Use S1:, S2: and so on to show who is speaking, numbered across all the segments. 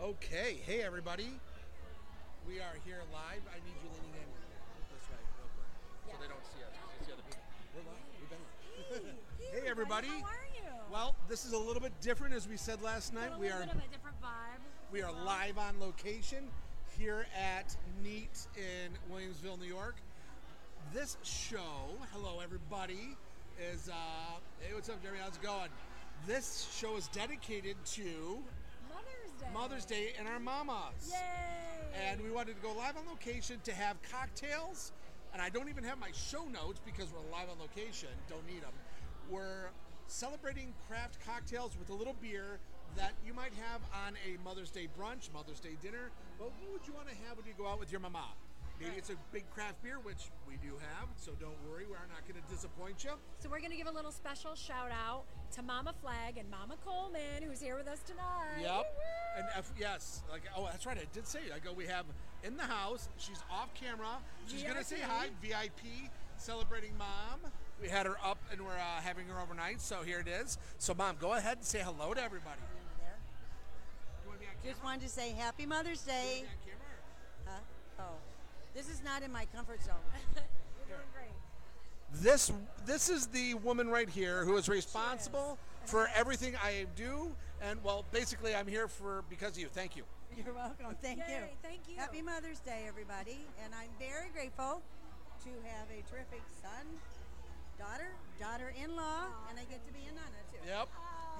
S1: Okay, hey everybody. We are here live. I need you leaning in this way, real quick, so
S2: Yeah.
S1: they don't see us. 'cause They see other people. We're live. We've been live.
S2: Hey,
S1: Hey everybody.
S2: How are you?
S1: Well, this is a little bit different, as we said last
S2: Got
S1: night.
S2: a
S1: We
S2: little bit
S1: are
S2: of a different vibe.
S1: we are
S2: Um,
S1: live on location here at Neat in Williamsville, New York. This show, hello everybody, is uh, hey, what's up, Jeremy? How's it going? This show is dedicated to
S2: Mother's Day.
S1: Mother's Day and our mamas.
S2: Yay!
S1: and we wanted to go live on location to have cocktails. And I don't even have my show notes because we're live on location. Don't need them. We're celebrating craft cocktails with a little beer that you might have on a Mother's Day brunch, Mother's Day dinner. But what would you want to have when you go out with your mama? Maybe
S2: Right.
S1: it's a big craft beer, which we do have. So don't worry, we are not going to disappoint you.
S2: so we're gonna give a little special shout out to Mama Flag and Mama Coleman, who's here with us tonight.
S1: Yep.
S2: Woo!
S1: And F, yes, like oh, that's right. I did say it. I go. We have in the house. She's off camera. She's gonna say
S2: VIP.
S1: hi. VIP celebrating mom. We had her up, and we're uh, having her overnight. So here it is. So mom, go ahead and say hello to everybody.
S3: there.
S1: You want to be on camera?
S3: Just wanted to say Happy Mother's
S1: You
S3: Day.
S1: wanna be on camera?
S3: Huh? Oh, this is not in my comfort zone.
S2: You're doing great.
S1: This this is the woman right here who is responsible for everything I do, and well, basically I'm here for because of you. Thank you.
S3: You're welcome. Thank
S2: Yay,
S3: you.
S2: thank you.
S3: Happy Mother's Day, everybody. And I'm very grateful to have a terrific son, daughter, daughter-in-law, and I get to be a nana too.
S1: Yep.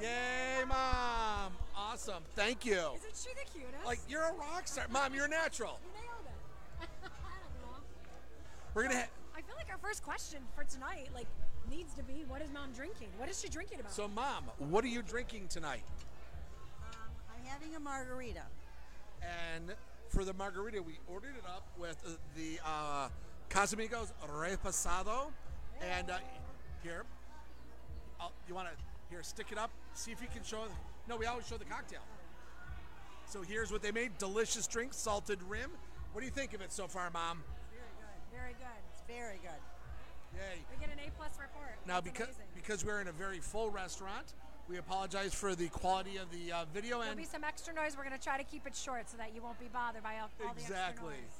S1: Yay, mom! Awesome. Thank you.
S2: Isn't she the cutest?
S1: Like you're a rock star, mom. You're a natural.
S2: you nailed it. I don't know.
S1: We're gonna. Ha-
S2: I feel like our first question for tonight, like, needs to be, what is mom drinking? What is she drinking about?
S1: so, mom, what are you drinking tonight?
S3: Um, I'm having a margarita.
S1: And for the margarita, we ordered it up with uh, the uh, Casamigos Repasado. And uh, here, i you want to here stick it up? See if you can show. No, we always show the cocktail. So here's what they made: delicious drink, salted rim. What do you think of it so far, mom?
S3: Very good.
S2: Very good.
S3: Very good.
S1: Yay!
S2: We get an A plus report.
S1: Now,
S2: That's
S1: because
S2: amazing.
S1: because we're in a very full restaurant, we apologize for the quality of the uh, video
S2: There'll
S1: and
S2: be some extra noise. We're going to try to keep it short so that you won't be bothered by all, all the
S1: exactly.
S2: extra noise.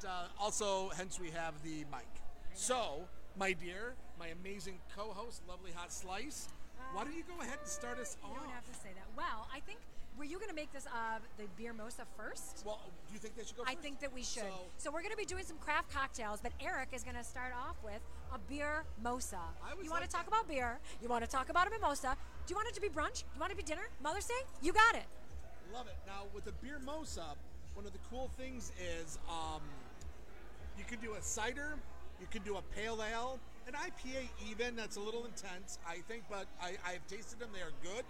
S1: But uh, also, hence we have the mic. So, my dear, my amazing co-host, lovely hot slice. why don't you go ahead and start us
S2: You don't have
S1: off?
S2: to say that. Well, I think were you going to make this uh, the beer mosa first?
S1: Well, do you think they should go?
S2: I
S1: first?
S2: think that we should.
S1: So,
S2: So, we're going to be doing some craft cocktails, but Eric is going to start off with a beer mosa.
S1: I was
S2: You want
S1: like
S2: to talk
S1: that.
S2: about beer? You want to talk about a mimosa? Do you want it to be brunch? Do you want it to be dinner? Mother's Day? You got it.
S1: love it. Now with the beer mosa, one of the cool things is um, you can do a cider, you can do a pale ale, an IPA even. That's a little intense, I think, but I, I've tasted them. They are good.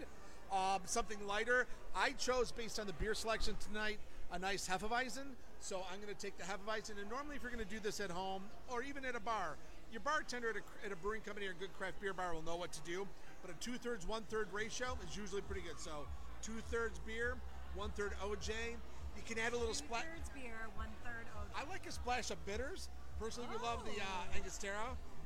S1: Um, something lighter. I chose based on the beer selection tonight a nice hefeweizen. So I'm going to take the hefeweizen. And normally, if you're going to do this at home or even at a bar, your bartender at a, at a brewing company or a good craft beer bar will know what to do. But a two thirds, one third ratio is usually pretty good. So two thirds beer, one third OJ. You can add a little
S2: Two
S1: splash.
S2: thirds beer, one third oat.
S1: I like a splash of bitters. Personally, we love the uh,
S2: Oh.
S1: Angostura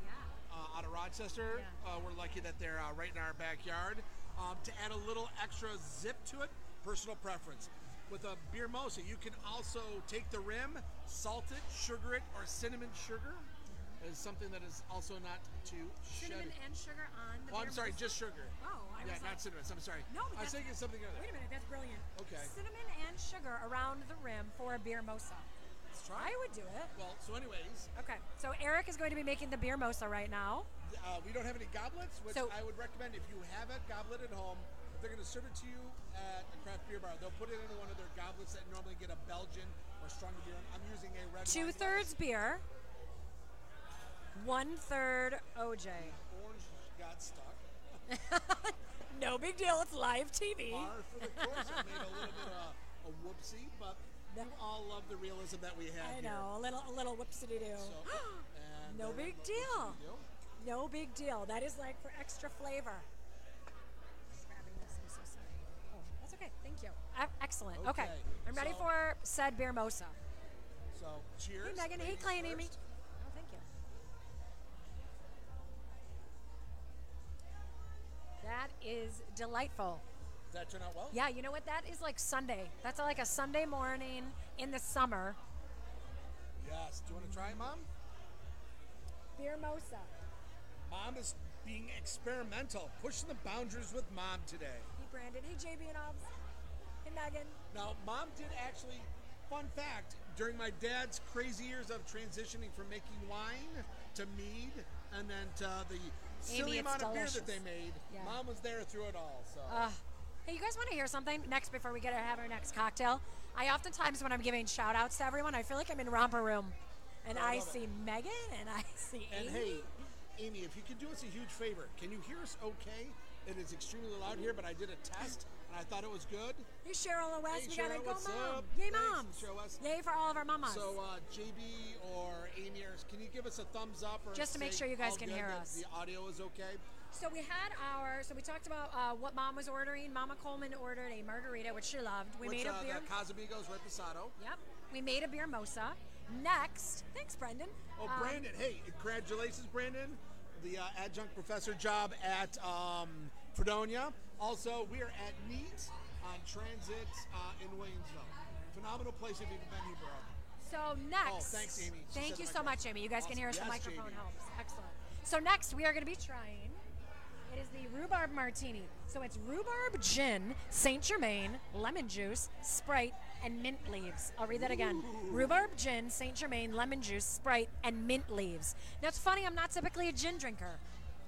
S2: Yeah.
S1: uh, out of Rochester.
S2: Yeah.
S1: Uh, we're lucky that they're uh, right in our backyard. Um, to add a little extra zip to it, personal preference. With a beer mosa, you can also take the rim, salt it, sugar it, or cinnamon sugar is something that is also not too
S2: Cinnamon
S1: shed.
S2: and sugar on the
S1: Oh, I'm
S2: beer
S1: sorry,
S2: mosa.
S1: just sugar.
S2: Oh, I
S1: yeah,
S2: was
S1: not
S2: like-
S1: cinnamon. I'm sorry.
S2: No, but
S1: I was
S2: that's-
S1: thinking something other.
S2: Wait a minute, that's brilliant.
S1: Okay.
S2: Cinnamon and sugar around the rim for a beer mosa.
S1: Let's try.
S2: I would do it.
S1: Well, so anyways,
S2: Okay, so Eric is going to be making the beer mosa right now.
S1: Uh, we don't have any goblets, which
S2: So-
S1: I would recommend if you have a goblet at home. if They're going to serve it to you at a craft beer bar. They'll put it into one of their goblets that normally get a Belgian or stronger beer. I'm using a red.
S2: Two
S1: wine
S2: thirds beer, one third OJ.
S1: glass. Orange got stuck.
S2: No big deal, it's live TV.
S1: Bar for the course. it made a little bit of a, a whoopsie, but you all love the realism that we have
S2: I
S1: here.
S2: know, a little a little whoopsie doo.
S1: So, and
S2: No
S1: there
S2: big
S1: we go.
S2: deal.
S1: Whoopsie do.
S2: No big deal. That is like for extra flavor. Just grabbing this, I'm so sorry. Oh, that's okay. Thank you. E- Excellent. Okay.
S1: Okay,
S2: I'm ready
S1: so-
S2: for said beer mosa.
S1: So cheers.
S2: Hey, Megan. Hey,
S1: ladies
S2: Clay and Amy.
S1: first.
S2: Oh, thank you. That is delightful.
S1: Does that turn out well?
S2: Yeah, you know what? That is like Sunday. That's like a Sunday morning in the summer.
S1: Yes. Do you want to try it, Mom?
S2: Beer Mosa.
S1: Mom is being experimental, pushing the boundaries with Mom today.
S2: Hey, Brandon. Hey, JB and Obs. Hey, Megan.
S1: Now, Mom did actually, fun fact, during my dad's crazy years of transitioning from making wine to mead and then to the
S2: Amy,
S1: silly
S2: it's
S1: amount of beer
S2: delicious.
S1: that they made,
S2: Yeah.
S1: Mom was there through it all. So.
S2: Ugh. Hey, you guys want to hear something next before we get to have our next cocktail? I oftentimes, when I'm giving shout outs to everyone, I feel like I'm in romper room. And
S1: Oh, I
S2: I,
S1: love it.
S2: see Megan and I see
S1: And
S2: Amy.
S1: hey, Amy, if you could do us a huge favor, can you hear us okay? It is extremely loud here, but I did a test and I thought it was good.
S2: Hey, Cheryl and Wes,
S1: Hey,
S2: we gotta
S1: Cheryl,
S2: go,
S1: what's
S2: mom.
S1: up?
S2: Yay,
S1: Thanks,
S2: moms.
S1: Cheryl Wes.
S2: Yay for all of our mamas.
S1: So, uh, JB or Amy, or can you give us a thumbs up? Or
S2: Just to make
S1: say
S2: sure you guys
S1: all
S2: can
S1: good,
S2: hear
S1: that
S2: us.
S1: The audio is okay.
S2: So we had our. So we talked about uh, what mom was ordering. Mama Coleman ordered a margarita, which she loved. We
S1: Which,
S2: made a
S1: uh,
S2: beer.
S1: The Casamigos Oh, Reposado.
S2: yep. We made a beer mosa. Next, thanks, Brendan.
S1: Oh,
S2: Um,
S1: Brandon! Hey, congratulations, Brandon! The uh, adjunct professor job at um, Fredonia. Also, we are at Neat on Transit uh, in Waynesville. Phenomenal place if you've been here, bro.
S2: So next.
S1: Oh, thanks, Amy. She
S2: Thank
S1: said
S2: you
S1: the
S2: so
S1: microphone.
S2: much, Amy. You guys
S1: Awesome.
S2: can hear us. the
S1: Yes,
S2: microphone
S1: Jamie.
S2: helps. Excellent. So next, we are going to be trying. It is the rhubarb martini. So it's rhubarb gin, Saint Germain, lemon juice, Sprite, and mint leaves. I'll read that again. Rhubarb gin, Saint Germain, lemon juice, Sprite, and mint leaves. Now it's funny. I'm not typically a gin drinker,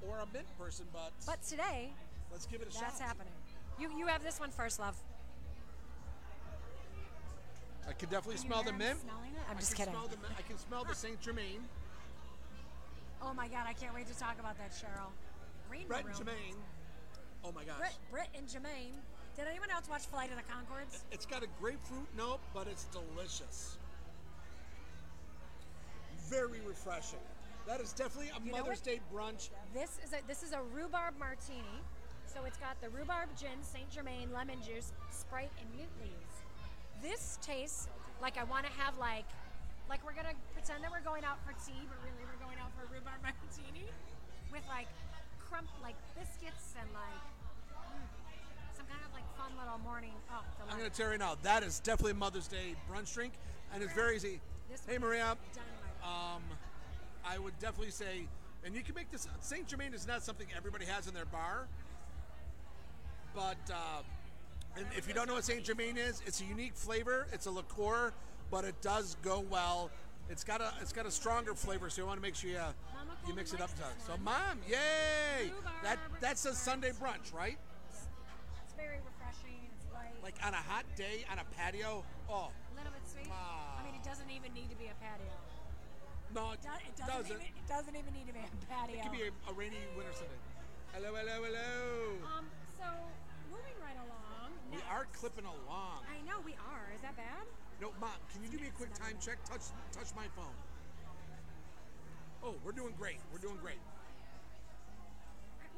S1: or a mint person, but,
S2: but today
S1: let's give it a shot.
S2: that's happening. You you have this one first, love.
S1: I can definitely smell the mint.
S2: I'm
S1: I
S2: just
S1: can
S2: kidding.
S1: Smell the, mint. I can smell the Saint Germain.
S2: Oh my God! I can't wait to talk about that, Cheryl. Reading
S1: Brett and
S2: room.
S1: Germain. Oh my gosh.
S2: Britt, Britt and Jermaine. Did anyone else watch Flight of the Concords?
S1: It's got a grapefruit note, but it's delicious. Very refreshing. That is definitely a
S2: You know
S1: Mother's
S2: what?
S1: Day brunch.
S2: This is a this is a rhubarb martini. So it's got the rhubarb gin, Saint Germain, lemon juice, Sprite, and mint leaves. This tastes like I want to have like like we're gonna pretend that we're going out for tea, but really we're going out for a rhubarb martini with like crump like biscuits and like mm, some kind of like fun little morning. Oh,
S1: I'm going
S2: delight.
S1: to tell you right now, that is definitely a Mother's Day brunch drink, and it's very easy.
S2: This
S1: Hey,
S2: one is
S1: Maria.
S2: dynamite.
S1: Um, I would definitely say, and you can make this. Saint Germain is not something everybody has in their bar, but uh, and if you don't know what Saint Germain is, it's a unique flavor. It's a liqueur, but it does go well. It's got a it's got a stronger flavor, so you want to make sure you, uh,
S2: Mama
S1: you mix it
S2: Coleman
S1: up.
S2: likes this
S1: So,
S2: one.
S1: mom, yay! That
S2: Rhubarb
S1: that's a
S2: brunch.
S1: Sunday brunch, right?
S2: it's very refreshing. It's light.
S1: Like on a hot day on a patio. Oh
S2: little bit sweet. I mean, it doesn't even need to be a patio.
S1: no, it,
S2: Do- It doesn't, even. It doesn't even need to be a patio.
S1: It could be a, a rainy winter Sunday. Hello, hello, hello.
S2: um. So moving right along.
S1: We
S2: next-
S1: are clipping along.
S2: I know we are. Is that bad?
S1: No, mom, can you do me a quick time check? Touch, touch my phone. Oh, we're doing great. We're doing great,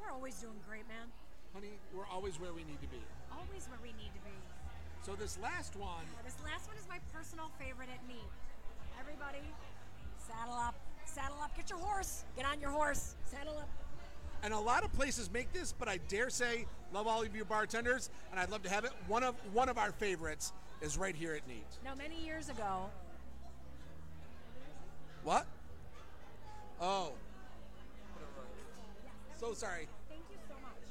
S2: We're always doing great, man.
S1: honey. We're always where we need to be.
S2: Always where we need to be.
S1: So this last one,
S2: Now, this last one is my personal favorite at me. Everybody, saddle up. Saddle up. Get your horse. Get on your horse. Saddle up.
S1: and a lot of places make this, but I dare say, love all of you bartenders, and I'd love to have it. One of one of our favorites is right here at Neat.
S2: Now, many years ago,
S1: What? Oh. So sorry.
S2: thank you so much.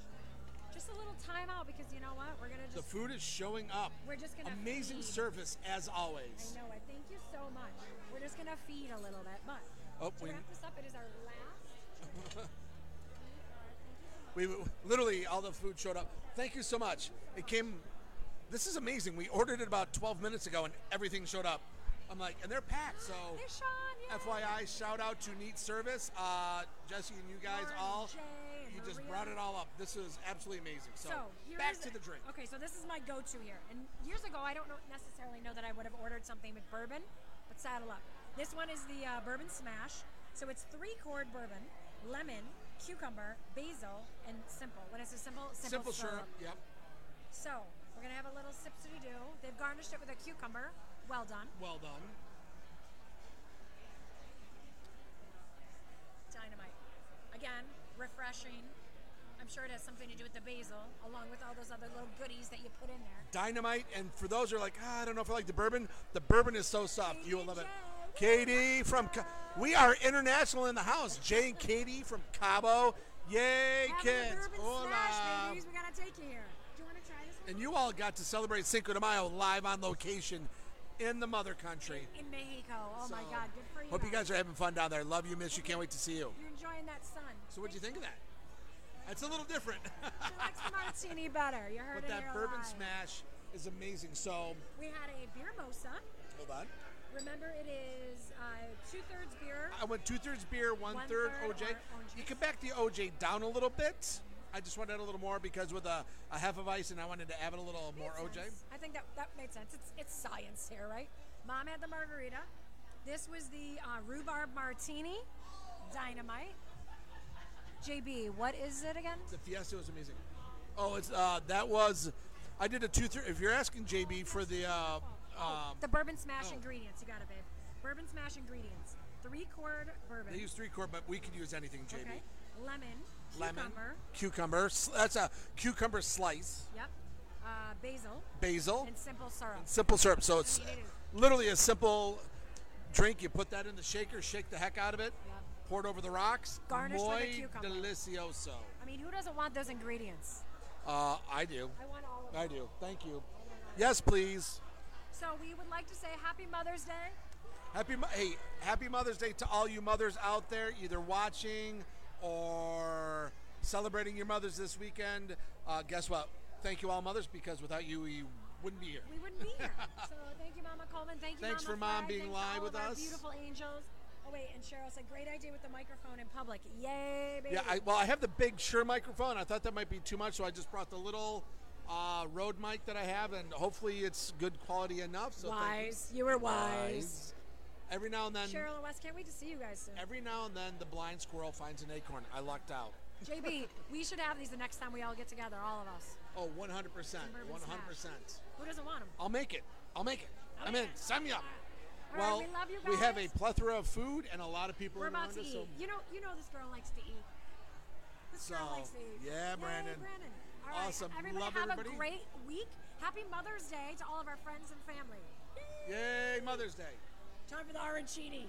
S2: Just a little timeout because you know what? We're gonna just
S1: The food is showing up.
S2: We're just gonna
S1: amazing
S2: feed.
S1: service as always.
S2: I know it. Thank you so much. We're just gonna feed a little bit, but
S1: Oh,
S2: to
S1: we-
S2: wrap this up, it is our last.
S1: We literally all the food showed up. Thank you so much. It came. This is amazing. We ordered it about 12 minutes ago, and everything showed up. I'm like, and they're packed. So,
S2: Hey, Sean, yay!
S1: FYI, shout out to Neat Service, uh, Jesse, and you guys
S2: Lauren,
S1: all.
S2: Jay, and
S1: you just
S2: Maria.
S1: brought it all up. This is absolutely amazing. So,
S2: So, here
S1: back
S2: is-
S1: to the drink.
S2: Okay, so this is my go-to here. And years ago, I don't know, necessarily know that I would have ordered something with bourbon, but saddle up. This one is the uh, bourbon smash. So it's three chord bourbon, lemon, cucumber, basil, and simple. When it's a simple, simple,
S1: Simple syrup. Yep.
S2: So we're gonna have a little sip to do. They've garnished it with a cucumber. Well done.
S1: Well done.
S2: Dynamite. Again, refreshing. I'm sure it has something to do with the basil, along with all those other little goodies that you put in there.
S1: Dynamite, and for those who are like, ah, I don't know if I like the bourbon, the bourbon is so soft. You will love it. Katie from, Ca- we are international in the house. Jay and Katie from Cabo. Yay,
S4: Have your
S1: kids.
S4: bourbon
S1: Hola.
S4: Smash, babies. We gotta take you here. Do you wanna try this one?
S1: And you all got to celebrate Cinco de Mayo live on location in the mother country.
S4: In Mexico. Oh my
S1: So,
S4: God. Good for you.
S1: Hope you guys are having fun down there. Love you, miss you. Can't wait to see you.
S4: You're enjoying that sun.
S1: So, what'd you think of that? That's a little different.
S4: She likes the martini better. You heard
S1: but
S4: it
S1: that
S4: here
S1: bourbon
S4: live.
S1: smash is amazing. So,
S2: We had a beer mosa.
S1: hold on.
S2: Remember, it is uh, two thirds beer.
S1: I went two thirds beer, one
S2: One-third
S1: third OJ.
S2: or orange
S1: You
S2: juice.
S1: can back the OJ down a little bit. I just wanted a little more because with a, a half of ice, and I wanted to add a little more
S2: Makes
S1: OJ.
S2: sense. I think that that made sense. It's it's science here, right? Mom had the margarita. This was the uh, rhubarb martini, dynamite. JB, what is it again?
S1: The Fiesta was amazing. Oh, it's uh, that was. I did a two third. If you're asking JB for the uh, um,
S2: The bourbon smash
S1: oh.
S2: ingredients. You got it, babe. Bourbon smash ingredients. Three cord bourbon.
S1: They use three quart, but we could use anything, JB.
S2: okay. Lemon.
S1: Lemon,
S2: Cucumber.
S1: cucumber. s- That's a cucumber slice,
S2: Yep. Uh, basil
S1: basil,
S2: and simple syrup.
S1: simple syrup. So it's
S2: you need it.
S1: literally a simple drink. You put that in the shaker, shake the heck out of it,
S2: Yep.
S1: pour it over the rocks.
S2: Garnish with a
S1: Muy
S2: cucumber.
S1: delicioso.
S2: I mean, who doesn't want those ingredients?
S1: Uh, I do.
S2: I want all of them.
S1: I do. Thank you. Yes, please.
S2: So we would like to say Happy Mother's Day.
S1: Happy Mo- hey, happy Mother's Day to all you mothers out there, either watching or celebrating your mothers this weekend. Uh, guess what? Thank you all mothers because without you we wouldn't be here.
S2: we wouldn't be here. so thank you, Mama Coleman. Thank you,
S1: Thanks
S2: Mama
S1: for Mom
S2: Fry.
S1: being
S2: Thanks to
S1: live
S2: all
S1: with
S2: of our
S1: us.
S2: Beautiful angels. Oh wait, and Cheryl said, "Great idea with the microphone in public." Yay, baby!
S1: Yeah, I, well, I have the big Shure microphone. I thought that might be too much, so I just brought the little uh, Rode mic that I have, and hopefully it's good quality enough. So thank you.
S2: wise. You were wise.
S1: Every now and then,
S2: Cheryl and Wes, can't wait to see you guys soon.
S1: every now and then, the blind squirrel finds an acorn. I lucked out.
S2: JB, we should have these the next time we all get together, all of us.
S1: Oh, 100 percent,
S2: Suburban
S1: 100 percent.
S2: Who doesn't want them?
S1: I'll make it. I'll make it. Oh, I'm
S2: Okay.
S1: in. Sign me up.
S2: Oh, All right,
S1: well,
S2: we love you
S1: have a
S2: guys.
S1: plethora of food and a lot of people
S2: We're about
S1: around
S2: to
S1: us.
S2: eat.
S1: So,
S2: You know, you know this girl likes to eat. This girl
S1: So,
S2: likes to eat.
S1: yeah,
S2: Yay,
S1: Brandon.
S2: Brandon. All right,
S1: Awesome.
S2: Everybody
S1: Love
S2: have
S1: everybody.
S2: a great week. Happy Mother's Day to all of our friends and family.
S1: yay, Mother's Day.
S2: Time for the arancini.